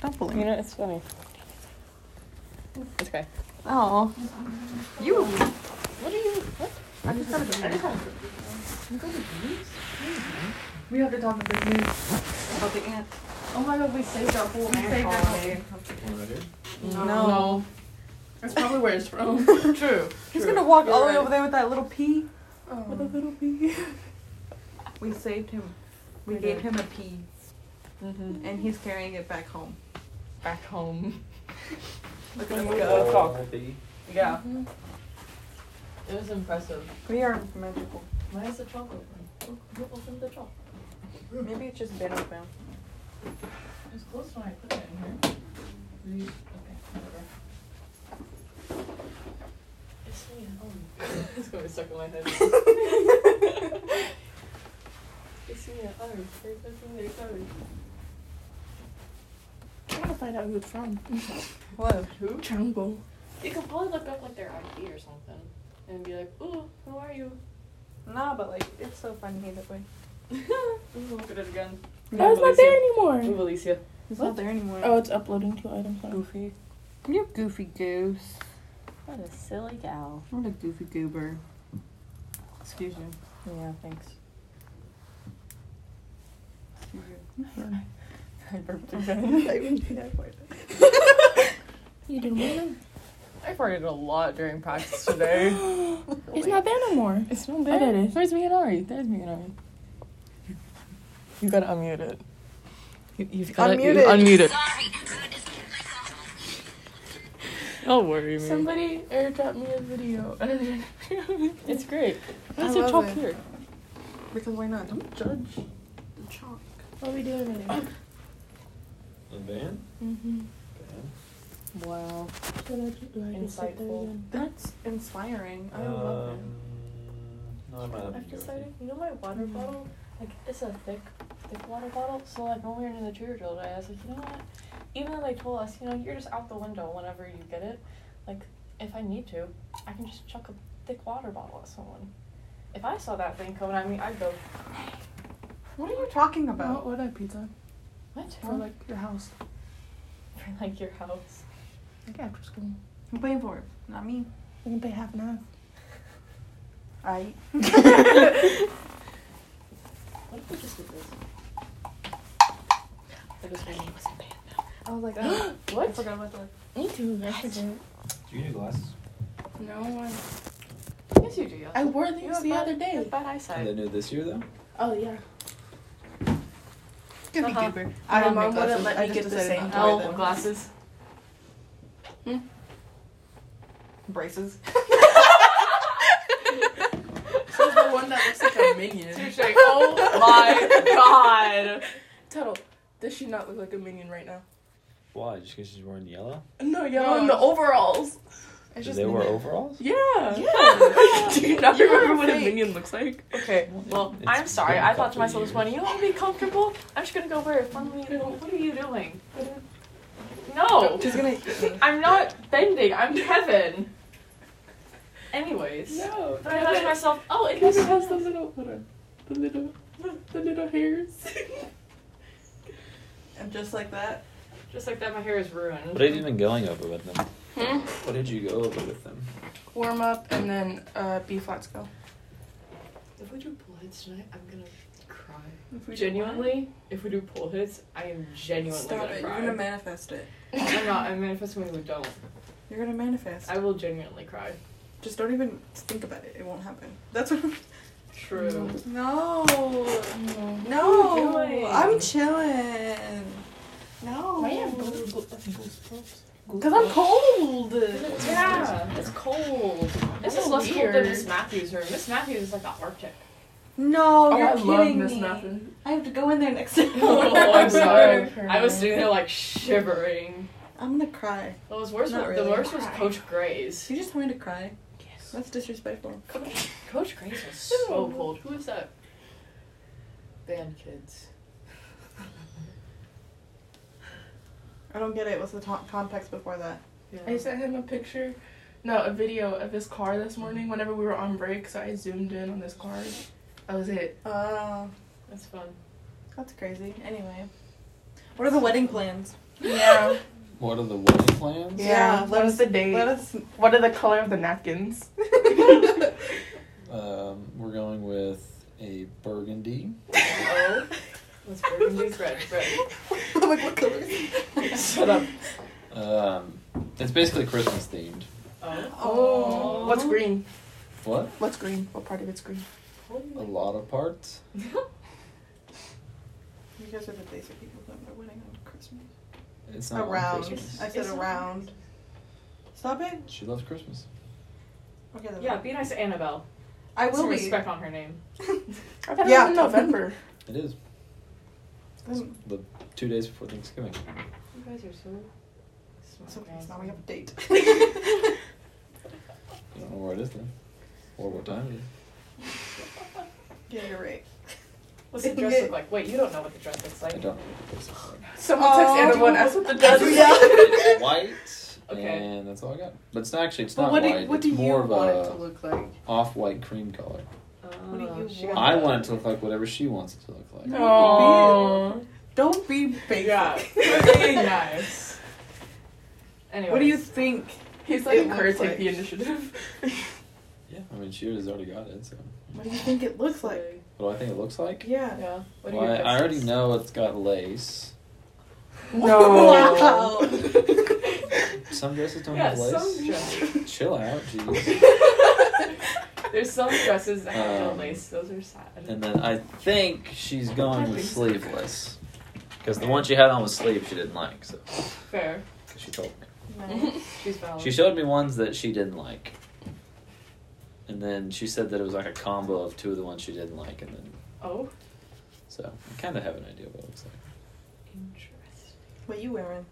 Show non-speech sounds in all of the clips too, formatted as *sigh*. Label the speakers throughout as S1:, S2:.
S1: Don't bully
S2: You
S1: me.
S2: know, it's funny. It's okay.
S1: Oh,
S3: You.
S2: What are you? What?
S3: I just got a I got We have to talk about the news.
S4: About the ant.
S3: Oh my god, we saved our whole
S4: We saved our
S3: holiday.
S5: One right here?
S1: no.
S3: That's probably where it's
S4: *laughs*
S3: from.
S4: True.
S1: He's
S4: true.
S1: gonna walk
S4: You're
S1: all the way
S4: right.
S1: over there with that little pea. With a
S3: Oh.
S1: little pea.
S4: We saved him. We
S3: We
S4: gave
S3: did.
S4: him a pea,
S2: Mm-hmm.
S4: and he's carrying it back home.
S2: Back home.
S4: Look
S2: There
S4: at
S2: we
S4: him.
S2: go.
S3: Yeah.
S2: It was impressive.
S4: We are magical.
S2: Why is the trunk open? Who opened the trunk?
S1: Maybe it's just been open.
S2: It was closed when I put it in here. Okay, whatever. It's me at home. it's gonna be stuck in my head. it's me at home. There's nothing there going.
S1: I gotta find out who it's from. What?
S2: Who?
S1: Jungle.
S2: You could probably look up like their ID or something and be like, ooh, who are you? *laughs*
S4: No, but like it's so funny either way.
S2: Ooh, look at it again.
S6: Why is not there anymore?
S2: Move Alicia.
S1: It's not there anymore.
S6: Oh, it's uploading two items now.
S1: goofy. You're goofy goose.
S2: What a silly gal.
S1: What a goofy goober. Excuse you.
S2: Yeah, thanks.
S1: Excuse you.
S2: I burped
S1: *laughs*
S6: You didn't want
S2: I farted a lot during practice today.
S6: it. *gasps* It's not there no more.
S2: It's not
S6: there.
S2: Where's me and Ari? There's me and Ari. You gotta unmute it. You, you've gotta
S1: Unmute
S2: you
S1: it.
S2: unmute it. Don't worry, man.
S6: Somebody airdropped me a video.
S2: It's great.
S1: I
S2: Why is your
S1: love
S2: chalk
S1: it.
S2: here?
S1: *laughs* Because why not?
S3: Judge the chalk.
S6: what are we doing later?
S5: A van?
S6: mm-hmm.
S5: Van.
S2: Wow.
S6: What I do? Do I just sit there
S2: Insightful.
S6: again?
S3: That's inspiring. I love it.
S5: Um, No, I might have to
S6: I've
S5: go with
S6: decided.
S5: you.
S2: You know my water bottle? Like, it's a thick, thick water bottle. So, like, when we were in the tour drill today, I was like, you know what? Even though they told us, you know, you're just out the window whenever you get it, like, if I need to, I can just chuck a thick water bottle at someone. If I saw that thing coming at me, I'd go,
S3: What are you talking
S6: Well,
S3: about?
S6: what I pizza
S2: what?
S6: for like your house,
S2: For, like, your house.
S6: like after school.
S3: I'm paying for it, not me.
S6: We can pay half and half.
S1: *laughs*
S3: I.
S2: What if we just did this? I just made was in
S3: I was like, oh, I
S2: *gasps* What?
S3: forgot about that.
S6: Me too. I forget.
S5: Do you need glasses?
S3: No, I.
S2: Yes, you do.
S6: I wore
S2: You
S6: these
S2: have
S6: the
S2: bad-
S6: other
S2: You
S6: day.
S2: have bad
S5: Are they
S2: eyesight.
S5: new this year though?
S6: Oh yeah.
S1: Goofy
S2: Uh-huh.
S1: goober.
S3: Oh My
S1: don't
S3: mom
S1: make
S3: wouldn't
S1: glasses.
S3: let
S1: I
S3: me
S1: just
S3: get the
S1: decided
S3: same
S1: not to
S3: Oh,
S1: wear
S2: Oh,
S1: them.
S2: *laughs* glasses.
S1: Braces.
S3: She's the one that looks like a
S6: *laughs*
S3: minion.
S2: Touche. Oh my god.
S6: Tuttle, does she not look like a minion right now?
S5: Why? Just because she's wearing yellow?
S3: No.
S6: No, y'all in the overalls.
S3: It's
S5: Do
S3: just
S5: they wear
S3: minion.
S5: overalls?
S6: Yeah.
S3: Yeah.
S6: *laughs* Do you not
S3: You're
S6: remember what a
S3: fake.
S6: minion looks like?
S2: Okay, well,
S5: It's
S2: I'm sorry.
S5: been
S2: I
S5: a
S2: thought to
S5: couple
S2: myself this morning, you don't want to be comfortable? I'm just gonna go wear a fun little. What are you doing? No!
S1: She's gonna eat me.
S2: I'm not bending, I'm Kevin! Anyways.
S6: No.
S2: But I thought to myself, oh, it
S6: Kevin
S2: doesn't
S6: has the little, hold on, the little, the little hairs.
S3: And just like that.
S2: Just like that, my hair is
S5: What have you
S2: ruined.
S5: been going over with them?
S6: Hmm?
S5: What did you go over with them?
S6: Warm up and then uh, B flat scale.
S2: If we do pull hits tonight, I'm gonna cry.
S3: If we do
S2: Genuinely, if we do pull hits, I am
S3: one.
S2: genuinely
S3: Stop
S2: gonna
S3: it. You're
S2: cry.
S3: gonna manifest it.
S2: I'm not, I'm manifesting we don't.
S3: You're gonna manifest.
S2: I will genuinely cry.
S3: Just don't even think about it. It won't happen. That's what.
S2: True.
S3: *laughs* No.
S6: No.
S2: What
S3: No.
S2: are you doing?
S3: I'm chilling. No. Cause I'm cold.
S2: Yeah, it's cold. This
S6: That's
S2: is less cold than
S6: weird.
S2: Miss Matthews' room. Miss Matthews is like the Arctic.
S3: No,
S6: Oh,
S3: you're
S6: I
S3: kidding
S6: love Miss
S3: me.
S6: Muffin.
S3: I have to go in there next
S2: *laughs*
S3: time.
S2: *laughs* oh, I'm sorry.
S6: Okay.
S2: I was sitting there like shivering.
S3: I'm gonna cry.
S2: What was worse?
S3: Not
S2: was, The
S3: really.
S2: worst was Coach Gray's.
S3: Did you just tell me to cry?
S6: Yes.
S3: That's disrespectful.
S2: Coach, Coach Gray's was so cold. *laughs* Who is that? Band kids.
S3: I don't get it. What's the to- context before that?
S6: I sent him a picture, no, a video of his car this morning whenever we were on break, so I zoomed in on this car. That was it.
S3: Oh,
S7: Uh,
S2: That's fun.
S3: that's crazy. Anyway, what are the wedding plans?
S6: Yeah.
S5: What are the wedding plans?
S7: Yeah,
S6: What is the date?
S7: Let
S3: *laughs*
S7: us.
S6: What are the color of the napkins?
S5: Um, we're going with a burgundy.
S2: Oh. Let's burgundy red, *laughs* red.
S7: I'm *laughs*
S2: Oh,
S7: like, what colors?
S2: Shut up.
S5: Um, it's basically Christmas themed.
S2: Oh.
S7: Oh.
S6: What's green?
S5: What?
S7: What's green? What part of it's green?
S5: A lot of parts.
S2: *laughs*
S3: You guys are the basic people that are winning on Christmas.
S5: It's not on
S3: Around.
S5: Christmas.
S3: I said
S8: It's not-
S3: around. Stop it.
S5: She loves Christmas.
S3: Okay, then.
S8: Yeah, be nice to Annabelle.
S3: I will
S8: Some
S3: be. *laughs*
S8: respect on her name.
S6: I thought
S3: Yeah.
S6: it *laughs* was in November.
S5: It is
S3: Doesn't-
S5: two days before Thanksgiving.
S2: You guys are so.
S3: So
S2: smart,
S3: it's
S2: guys.
S3: now we have
S7: *laughs*
S3: a date.
S5: You don't know where it is then, or what time it is.
S3: yeah, you're right.
S2: What's the dress look like? Wait, you don't know what the dress looks like.
S5: I don't know what the place is.
S6: Someone texted
S3: Oh.
S6: everyone.
S3: *laughs*
S6: That's what the
S3: That's-
S6: judge
S3: yeah.
S5: It's white,
S2: Okay.
S5: and that's all I got. But it's not actually. It's
S7: But
S5: not
S7: what
S5: white.
S7: do, what do
S5: it's
S7: you
S5: more
S7: want it
S5: of
S7: to
S5: a
S7: look like?
S5: off-white cream color.
S2: What
S3: do you
S2: Oh, she
S3: want?
S2: got
S5: I
S2: the-
S5: want it to look like whatever she wants it to look like.
S3: No.
S6: Oh.
S7: Don't be basic.
S2: *laughs*
S8: Yeah, pretty nice.
S2: Anyway.
S3: What do you think?
S6: He's like
S3: It
S6: encouraged
S3: looks
S6: take the
S3: like-
S6: initiative.
S5: Yeah, I mean, she has already got it. So,
S3: What do you think it looks *laughs* like?
S5: what do I think it looks like?
S3: *laughs* Yeah.
S2: Yeah. What do
S5: Well, I,
S2: you
S5: I
S3: *laughs*
S5: already know it's got lace.
S6: *laughs*
S3: Wow.
S5: Some dresses
S2: *laughs*
S5: don't
S2: Yeah,
S5: have lace.
S2: some dresses.
S5: Chill out, jeez.
S2: There's some dresses that have
S5: Um,
S2: no lace. Those are sad.
S5: And then I think she's going with
S2: think so.
S5: sleeveless. Because the one she had on was sleeve she didn't like, so
S2: Fair.
S5: 'cause she told me.
S2: She's valid.
S5: She showed me ones that she didn't like. And then she said that it was like a combo of two of the ones she didn't like and then
S2: Oh.
S5: so I kinda have an idea what it looks like.
S2: Interesting.
S3: What you wearing?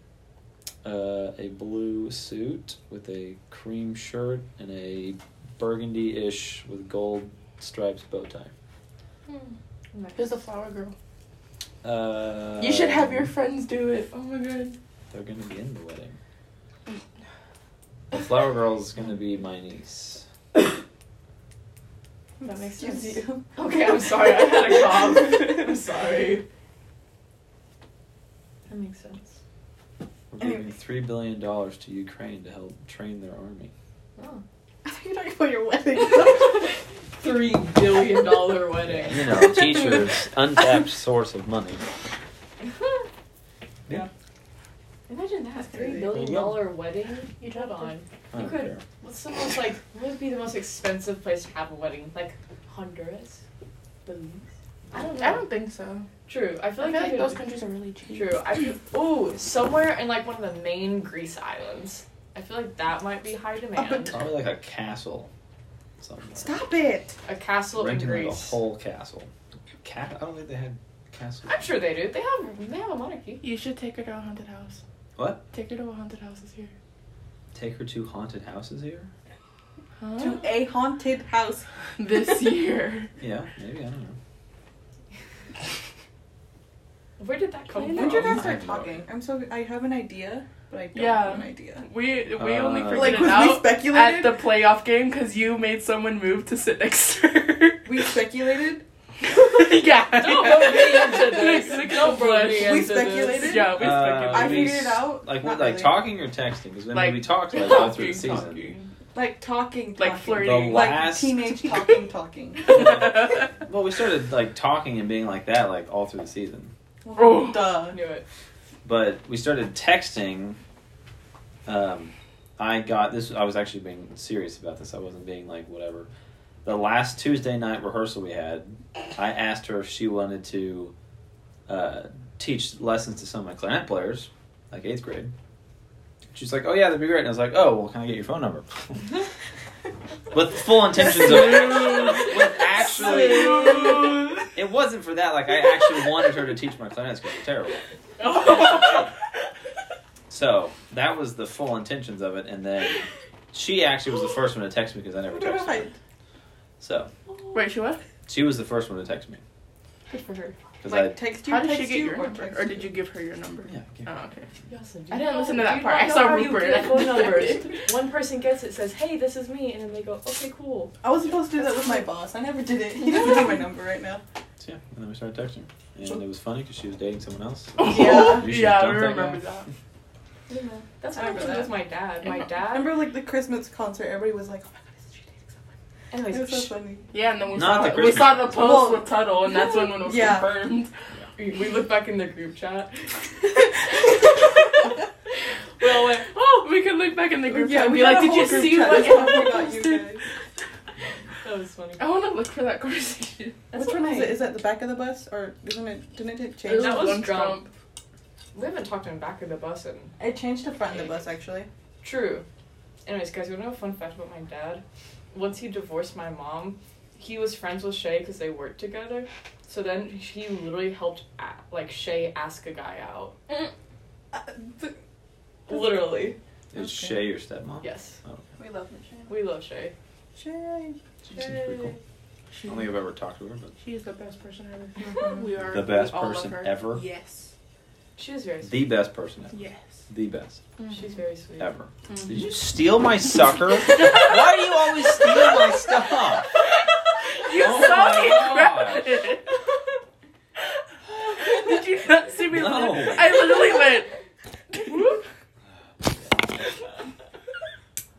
S5: Uh, a blue suit with a cream shirt and a burgundy ish with gold stripes bow tie.
S6: Who's the flower girl?
S5: Uh,
S6: you should have your friends do it. Oh my god.
S5: They're gonna be in the wedding. The flower girl's gonna be my niece.
S2: That makes
S3: Excuse
S2: sense.
S3: you.
S6: Okay, I'm sorry. I had *laughs* a cough. I'm sorry.
S2: That makes sense.
S5: We're giving three billion dollars to Ukraine to help train their army.
S2: Oh.
S3: *laughs* I thought you were talking about your
S6: *laughs*
S3: wedding.
S2: Three billion *laughs* dollar
S5: You
S2: wedding.
S6: *laughs*
S5: know, teachers, untapped source of money.
S2: yeah. Imagine that three
S3: crazy.
S2: billion dollar wedding.
S6: You
S2: Hold
S6: don't
S2: on.
S5: I
S2: You
S5: don't
S2: could.
S5: care.
S2: What's the most like? What would be the most expensive place to have a wedding? Like Honduras, Belize. I don't know.
S6: I don't think so.
S2: True. I
S6: I
S2: feel
S6: feel
S2: like,
S6: like,
S2: they
S6: those
S2: could-
S6: countries are really cheap.
S2: True. I feel, ooh, somewhere in like one of the main Greece islands. I feel like that might be
S6: *laughs*
S2: high demand.
S5: Probably like a castle. Somewhere.
S3: Stop it.
S2: A castle
S5: Renting
S2: in
S5: like
S2: Greece.
S5: a whole castle. Cap? I don't think they had castles.
S2: I'm sure they do. They have they have a monarchy.
S6: You should take her to a haunted house.
S5: What?
S6: Take her to a haunted house this year.
S5: Take her to haunted houses here?
S6: Huh?
S3: To a haunted house.
S6: *laughs* this year.
S5: Yeah, maybe I don't know.
S2: Where did that come
S3: When
S2: from?
S3: did you guys
S5: I
S3: start
S5: have no
S3: talking?
S5: idea.
S3: I'm so I have an idea, but I don't
S6: Yeah.
S3: have an idea.
S6: We we only
S5: Uh,
S6: figured
S5: Like,
S6: it
S3: was we
S6: out at
S3: speculated?
S6: the playoff game because you made someone move to sit next to *laughs* her.
S3: we speculated.
S6: *laughs* yeah.
S2: *laughs* Don't rope me into
S6: *laughs*
S2: this. *laughs* Don't rope me into
S3: We
S2: this.
S3: speculated?
S6: Yeah, we
S5: Uh,
S3: I
S6: speculated.
S5: maybe
S3: figured it
S5: s-
S3: out.
S5: Like,
S3: Not
S5: what, like
S3: really.
S5: talking or texting? Because when
S6: Like,
S5: we talked like all
S6: talking,
S5: through the season.
S6: talking.
S3: Like talking, talking.
S6: Like flirting.
S5: The
S3: Like
S6: *laughs*
S5: last-
S3: teenage talking, talking.
S5: Well, we started like talking and being like that like all through the season,
S6: Oh.
S3: Duh.
S2: I knew *laughs* it.
S5: but we started texting. Um, I got this. I was actually being serious about this. I wasn't being like whatever. The last Tuesday night rehearsal we had, I asked her if she wanted to uh, teach lessons to some of my clarinet players, like eighth grade. She's like, "Oh yeah, that'd be great." And I was like, "Oh, well, can I get your phone number?" with full intentions
S6: *laughs*
S5: of with actually. It wasn't for that. Like I actually wanted her to teach my clarinets because it's terrible. So that was the full intentions of it, and then she actually was the first one to text me because I never texted her. So
S6: Wait, she what?
S5: she was the first one to text me
S2: Good for her.
S5: because
S6: Like,
S3: Text you.
S6: How did she
S3: text
S6: get
S3: you,
S6: your
S3: or
S6: number?
S3: text
S6: Or did you give her your number?
S5: I yeah. I
S4: *laughs*
S6: Oh, okay.
S2: Yasmin, do
S6: I
S2: you
S6: didn't
S2: know-
S6: listen to
S2: do
S6: that
S2: you
S6: part.
S2: not
S6: I
S2: know
S6: saw
S2: how you
S6: Rupert.
S2: get *laughs* phone numbers. One person gets it, says, "Hey, this is me," and then they go, "Okay, cool."
S4: *laughs*
S3: I was supposed to do that with my boss. I never did it. He doesn't have my number right now.
S5: can't- So, yeah, and then we started texting, and it was funny because she was dating someone else.
S6: Yeah, *laughs*
S5: You should
S6: yeah, I
S5: dump that
S6: remember
S5: guy.
S6: that.
S9: That's
S2: I
S9: what
S2: remember
S9: happened
S2: that.
S9: with my dad. My
S6: Yeah.
S9: dad.
S4: Remember like the Christmas concert? Everybody was like, "Oh my god, is she dating someone?"
S9: Anyways,
S4: It was so
S9: psh,
S6: *laughs*
S4: funny.
S6: Yeah, and then we
S5: Not
S6: saw
S5: the
S6: we saw the
S5: Christmas.
S6: post
S4: Well,
S6: with Tuttle, and that's when when it was
S4: yeah.
S6: confirmed. *laughs* We, we looked back in the group chat. we all went, oh, we can look back in the group chat. and
S4: we
S6: be like,
S4: had a
S6: did you
S4: whole
S6: see
S4: group
S6: what?
S4: chat that's all about you guys.
S2: That was funny.
S6: I want to look for that
S5: *laughs*
S6: conversation.
S9: that's
S4: Which
S9: what
S4: one was
S9: my-
S4: it? Is that the back of the bus or isn't it? Didn't it
S6: It
S4: change?
S2: That was
S6: one
S2: Trump. We haven't talked in back of the bus and
S4: It changed to front of the bus actually.
S2: true. Anyways, guys, you wanna know a fun fact about my dad? Once he divorced my mom, he was friends with Shay because they worked together. So then he literally helped a- like Shay ask a guy out.
S4: Uh, th-
S2: Literally.
S5: Is Shay your stepmom?
S2: Yes.
S5: Oh, okay.
S4: we love the
S2: We love Shay.
S4: Shane.
S5: She seems pretty cool. I don't think I've ever talked to her, but
S6: She is the best person ever.
S4: Mhm.
S6: *laughs* We are
S5: the best
S6: we all love
S5: person
S6: her.
S5: ever.
S4: Yes.
S2: She was very sweet.
S5: The best person ever.
S6: Yes.
S5: The best
S4: Mm-hmm.
S2: She's very sweet.
S5: ever.
S6: Mm-hmm.
S5: Did you steal
S6: *laughs*
S5: my sucker? Why do you always steal my stuff?
S6: You
S5: Oh
S6: saw *laughs*
S5: my
S6: me grab
S5: gosh.
S6: it. Did you not see me?
S5: No.
S6: literally- I literally went.
S5: *gasps*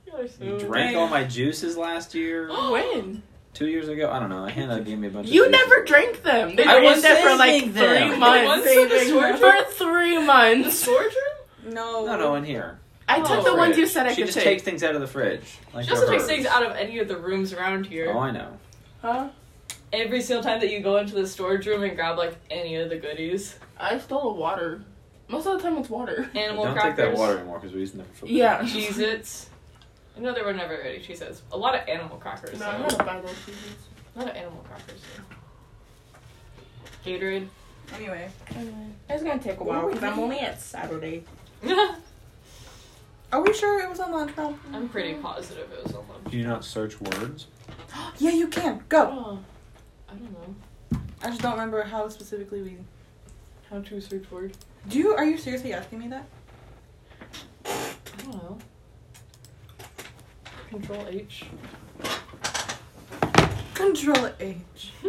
S2: Y'all are so-
S5: You drank all my juices
S6: *gasps*
S5: last year, *gasps*
S6: when?
S5: two years ago. I don't know. Hannah gave me a bunch. of
S6: You
S5: juices.
S6: never drank them. They
S5: I
S6: were in
S5: was
S6: there for like
S5: saving them.
S6: three
S2: The ones
S6: months.
S2: in the storage
S6: For three
S5: *laughs*
S6: months.
S2: storage room?
S4: No.
S5: No, no, in here.
S6: I took the
S5: Fridge.
S6: ones you said I
S5: Oh. she
S6: could
S5: just
S6: take.
S5: takes things out of the fridge. Like
S2: She doesn't
S5: they're
S2: take
S5: hers.
S2: things out of any of the rooms around here.
S5: Oh, I know.
S6: Huh?
S2: Every single time that you go into the storage room and grab like any of the goodies,
S6: I stole a water. Most of the time it's water.
S2: animal
S5: don't
S2: crackers,
S5: take that water anymore because we used them for food.
S6: Yeah.
S2: Cheez-Its. No, they were never ready. She says a lot of animal crackers.
S6: No,
S2: though.
S6: I'm gonna buy those cheeses.
S2: a lot of animal crackers. though. *laughs* Gatorade.
S3: Anyway,
S6: It's gonna take a
S4: while, 'cause I'm only
S6: at Saturday.
S4: Are we sure it was on Montel?
S2: I'm pretty positive it was on one.
S5: Do you not search words?
S4: yeah, you can go.
S2: Oh, I don't know
S4: I just don't remember how specifically we.
S2: how to search word.
S4: Do you? Are you seriously asking me that?
S2: I don't know. Control H.
S4: Control H.
S2: *laughs*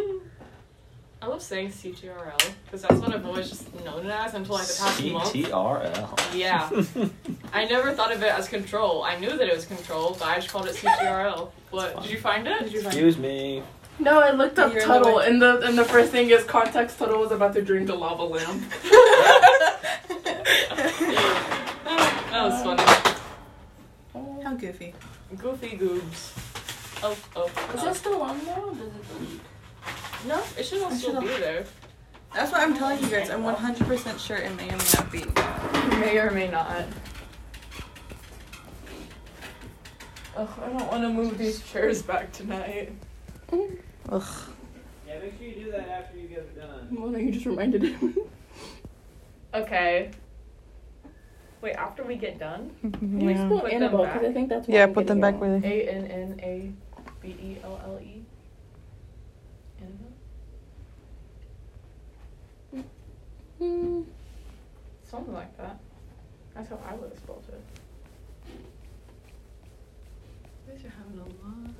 S2: I love saying CTRL because that's what I've always just known it as until like the past month.
S5: CTRL.
S2: Yeah. I never thought of it as control. I knew that it was control, but I just called it *laughs* CTRL. What?
S5: fine.
S2: Did you find it?
S4: Did you find?
S5: *laughs* Excuse me.
S6: No, I looked up
S4: You're in the
S6: Tuttle,
S4: way.
S6: and the and the first thing is context. Tuttle was about to drink the lava lamp.
S2: Ah, that was funny.
S4: How goofy.
S2: Goofy goobs. Oh, oh.
S6: Is
S2: oh.
S6: that still on there? Or does it delete?
S2: No, it should all
S4: I should-
S2: still be there.
S4: That's what I'm telling you guys. I'm 100% sure it may or may not be.
S9: may or may not. Ugh, I don't want to move these chairs back tonight.
S5: Yeah, make sure you do that after you get it done.
S6: Well, no, you just
S3: *laughs*
S6: reminded him.
S2: Okay. Wait, after we get done?
S6: You spelled
S2: Put them
S6: Annabelle
S2: back.
S6: because I think that's what
S4: Yeah,
S6: I'm
S4: put them
S6: getting
S4: back where they.
S2: A N N A B E L L E. Annabelle?
S6: wrong.
S2: Something like that. That's how I would have spelled it. You guys are having a lot of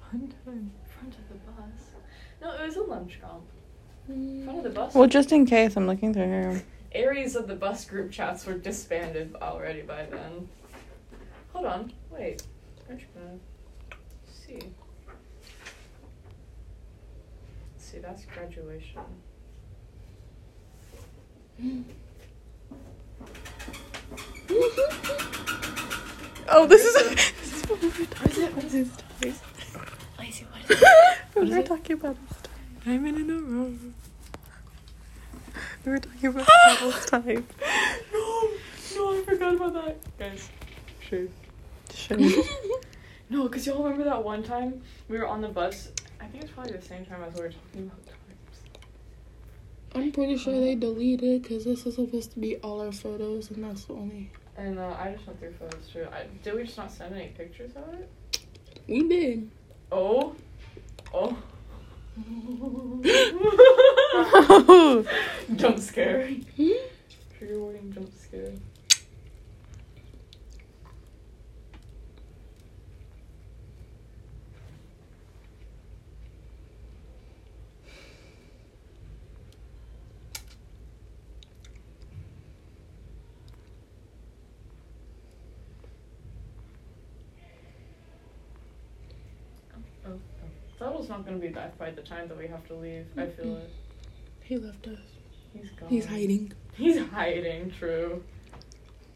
S2: fun time in front of the bus. No, it was a lunch comp. In front of the bus.
S4: just in case, I'm looking through *laughs* here.
S2: Areas of the bus group chats were disbanded already by then. Hold on. Wait. Aren't you gonna see? See, that's graduation.
S4: Oh, this is. this is what we were talking about. What is it? we were talking about this time. Diamond in a row. We were talking
S2: *laughs*
S4: about this time.
S2: No! No, I forgot about that. Guys. Sure.
S6: *laughs*
S4: Shouldn't.
S2: *laughs* No, because y'all remember that one time we were on the bus? I think it's probably the same time as we were talking about times.
S6: I'm pretty sure they deleted because this is supposed to be all our photos, and that's the only.
S2: And uh, I just went through photos too. I, did we just not send any pictures of it?
S6: We
S4: *laughs*
S6: did.
S2: Oh. Oh. *laughs* jump scare. Trigger warning, jump scare. Oh, Kettle's not gonna be back by the time that we have to leave. I feel it.
S4: He left us.
S2: He's gone.
S4: He's hiding.
S2: He's hiding. True.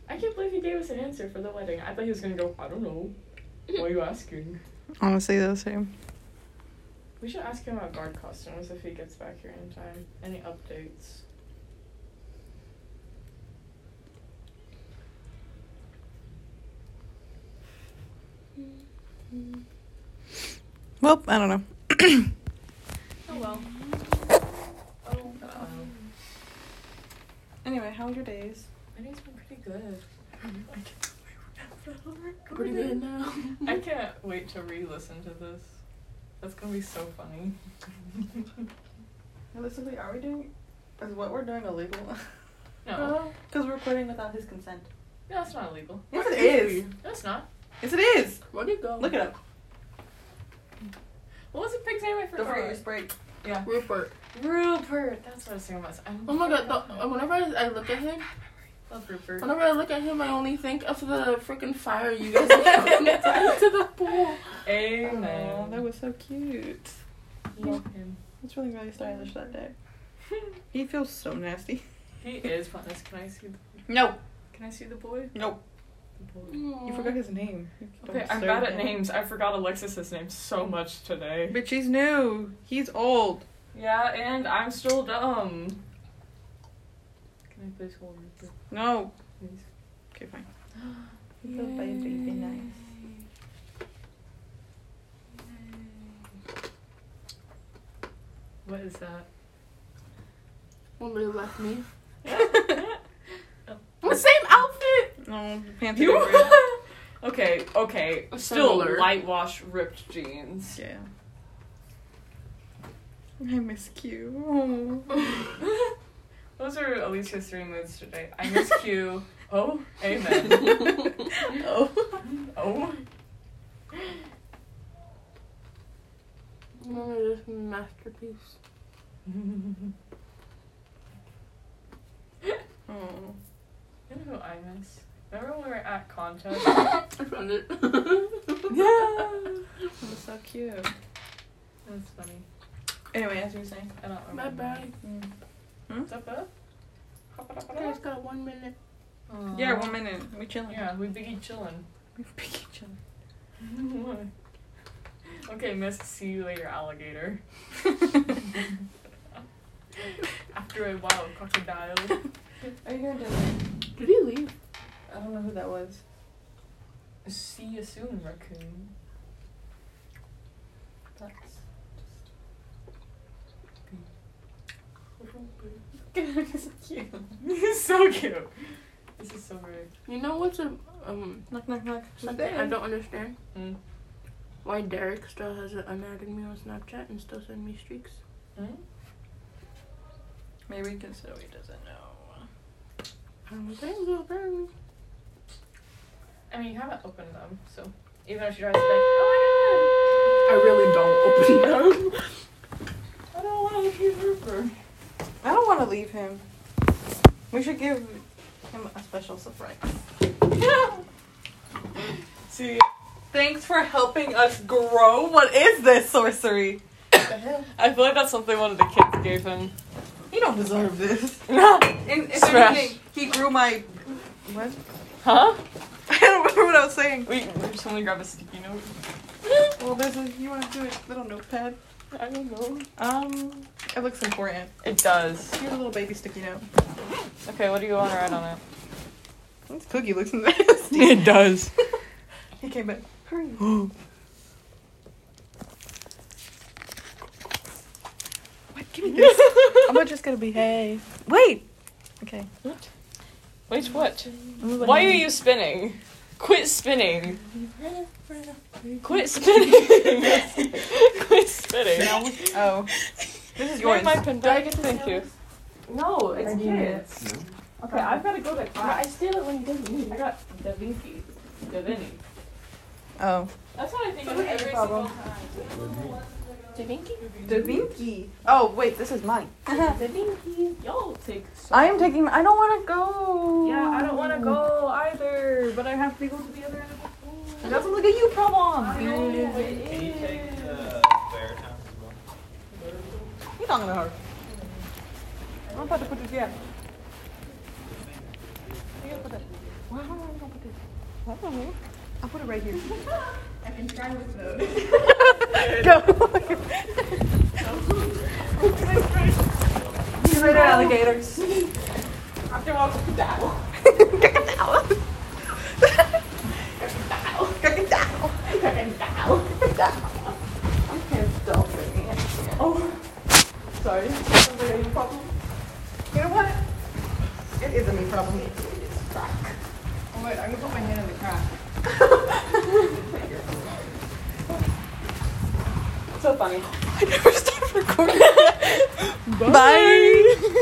S2: I can't believe he gave us an answer for the wedding. I thought he was gonna go. I don't
S6: *laughs*
S2: know. Why are you asking?
S4: Honestly, though, same.
S2: We should ask him about guard costumes if he gets back here in time. Any updates?
S4: Well, I don't know.
S2: Oh well. Oh well.
S4: Anyway, how was your days?
S2: My day's been pretty good.
S6: Pretty good now.
S2: I can't wait to re-listen to this. That's gonna be so funny. *laughs*
S3: Realistically, are we doing? Is what we're doing illegal? *laughs*
S2: No,
S3: Because we're recording without his consent.
S2: no, that's not illegal.
S3: Yes, it is.
S2: No, it's not.
S3: Yes, it is.
S6: Where do you go?
S3: Look it up.
S2: What was the pig's name? I
S3: Don't forget your
S2: forgot.
S3: sprite.
S2: Yeah,
S6: Rupert.
S2: Rupert. That's what I was thinking about. I'm
S6: Oh my god, the, whenever I, I look at him,
S2: love Rupert.
S6: whenever I look at him, I only think of the freaking fire
S3: *laughs*
S6: you guys are tied to the pool.
S2: Amen.
S3: Aw, that was so cute.
S2: Love him.
S3: It's really really stylish that day. He feels so nasty.
S2: he is pointless. Can I see? The,
S3: No,
S2: can I see the boy?
S3: Nope.
S2: The boy.
S3: you forgot his name. You don't
S2: Okay, I'm
S3: serve
S2: bad at
S3: him.
S2: names. I forgot Alexis's name so much today.
S3: But she's new. He's old.
S2: Yeah, and I'm still dumb. Can I please hold Rupert?
S3: No.
S2: Please.
S3: Okay, fine.
S2: He's a baby, be nice. What is that? *laughs*
S6: Somebody left me.
S2: The same outfit.
S3: No, the pants are
S2: You.
S3: *laughs* different.
S2: *laughs* okay. Okay. Still
S6: Similar.
S2: light wash ripped jeans.
S3: Yeah. I miss Q. Oh.
S2: Those are Alicia's three moods today. I miss Q. Oh, amen.
S3: oh.
S2: oh.
S6: Remember this masterpiece.
S3: *laughs*
S2: you
S3: Oh.
S2: know who I miss? Remember when we were at contest?
S6: I found it.
S3: That was so cute.
S2: That's funny.
S3: Anyway, as you were saying.
S2: I don't
S6: *laughs* Bye
S2: remember.
S6: bye.
S3: Mm.
S2: What's up, bub?
S6: You guys got one minute.
S2: Aw.
S3: Yeah, one minute. We chilling.
S2: Yeah, we biggie chillin'.
S3: We pick each other.
S2: okay, Miss, see you later, alligator. After a while, crocodile.
S3: Are you going to Disney?
S6: Did he leave?
S3: I don't know who that was.
S2: See you soon, raccoon. *laughs*
S3: That's *laughs* just cute.
S2: He's so cute. This is so weird.
S6: You know what's a um
S3: Knock knock knock.
S6: something I don't understand?
S2: Mm.
S6: Why Derek still has it unadded me on Snapchat and still send me streaks?
S2: Mm?
S3: Maybe because Zoe doesn't know.
S6: I'm like, "Thank you, thank
S2: I mean, you haven't opened them, so even if she tries to be like, oh
S6: I really don't open them.
S2: my god, I don't want to be Rupert.
S3: I don't want to leave him. We should give him a special surprise. *laughs*
S2: See,
S3: Thanks for helping us grow. What is this sorcery?
S2: I feel like that's something one of the kids gave him.
S3: You don't deserve
S6: *laughs*
S3: this. And if
S2: Smash.
S3: anything, he grew my. What?
S2: Huh?
S3: *laughs* I don't remember what I was saying.
S2: Wait, someone grab a sticky note.
S3: Well, there's a. You want to do a little notepad?
S2: I don't know.
S3: Um, it looks important.
S2: It does.
S3: Here's a little baby sticky note.
S2: Okay, what do you want to write on *laughs* it?
S3: This cookie looks *laughs* nasty.
S2: It does.
S3: *laughs* he came back.
S2: *gasps*
S3: Hurry. What? Give me this. *laughs* I'm not just gonna be hey. Wait. Okay.
S2: *laughs* Wait, what? Why are you spinning? Quit spinning. Quit spinning.
S9: *laughs*
S2: Quit spinning.
S3: Oh. This is
S2: Where's
S3: yours.
S2: my pen? Do I get to thank you? No, it's
S9: kids.
S2: Okay, I've got to go to class.
S9: steal it when you give me.
S2: I got Da Vinci. Da Vinci.
S3: Oh.
S2: That's what I think of
S3: Okay,
S2: every
S3: problem.
S2: single time.
S3: The Vinky. Oh wait, this is mine.
S2: Y'all take
S3: *laughs*
S2: so
S3: I am taking. I don't want to go.
S2: Yeah, I don't want to go either, but I have to go to the other end of the pool.
S3: That's look at you, problem.
S2: I know, it
S5: Can you
S2: is.
S5: take the bear town?
S3: talking to her. I'm about to put this yeah. I gotta put it. Why am I gonna put this? I don't know. I'll put it right here.
S10: I can try with those.
S3: Get rid of alligators.
S10: After all, look at that.
S3: Sorry. You know what? It is a me problem.
S10: Oh, wait, I'm gonna put my hand in the crack.
S3: So funny.
S4: I never stopped recording. Bye.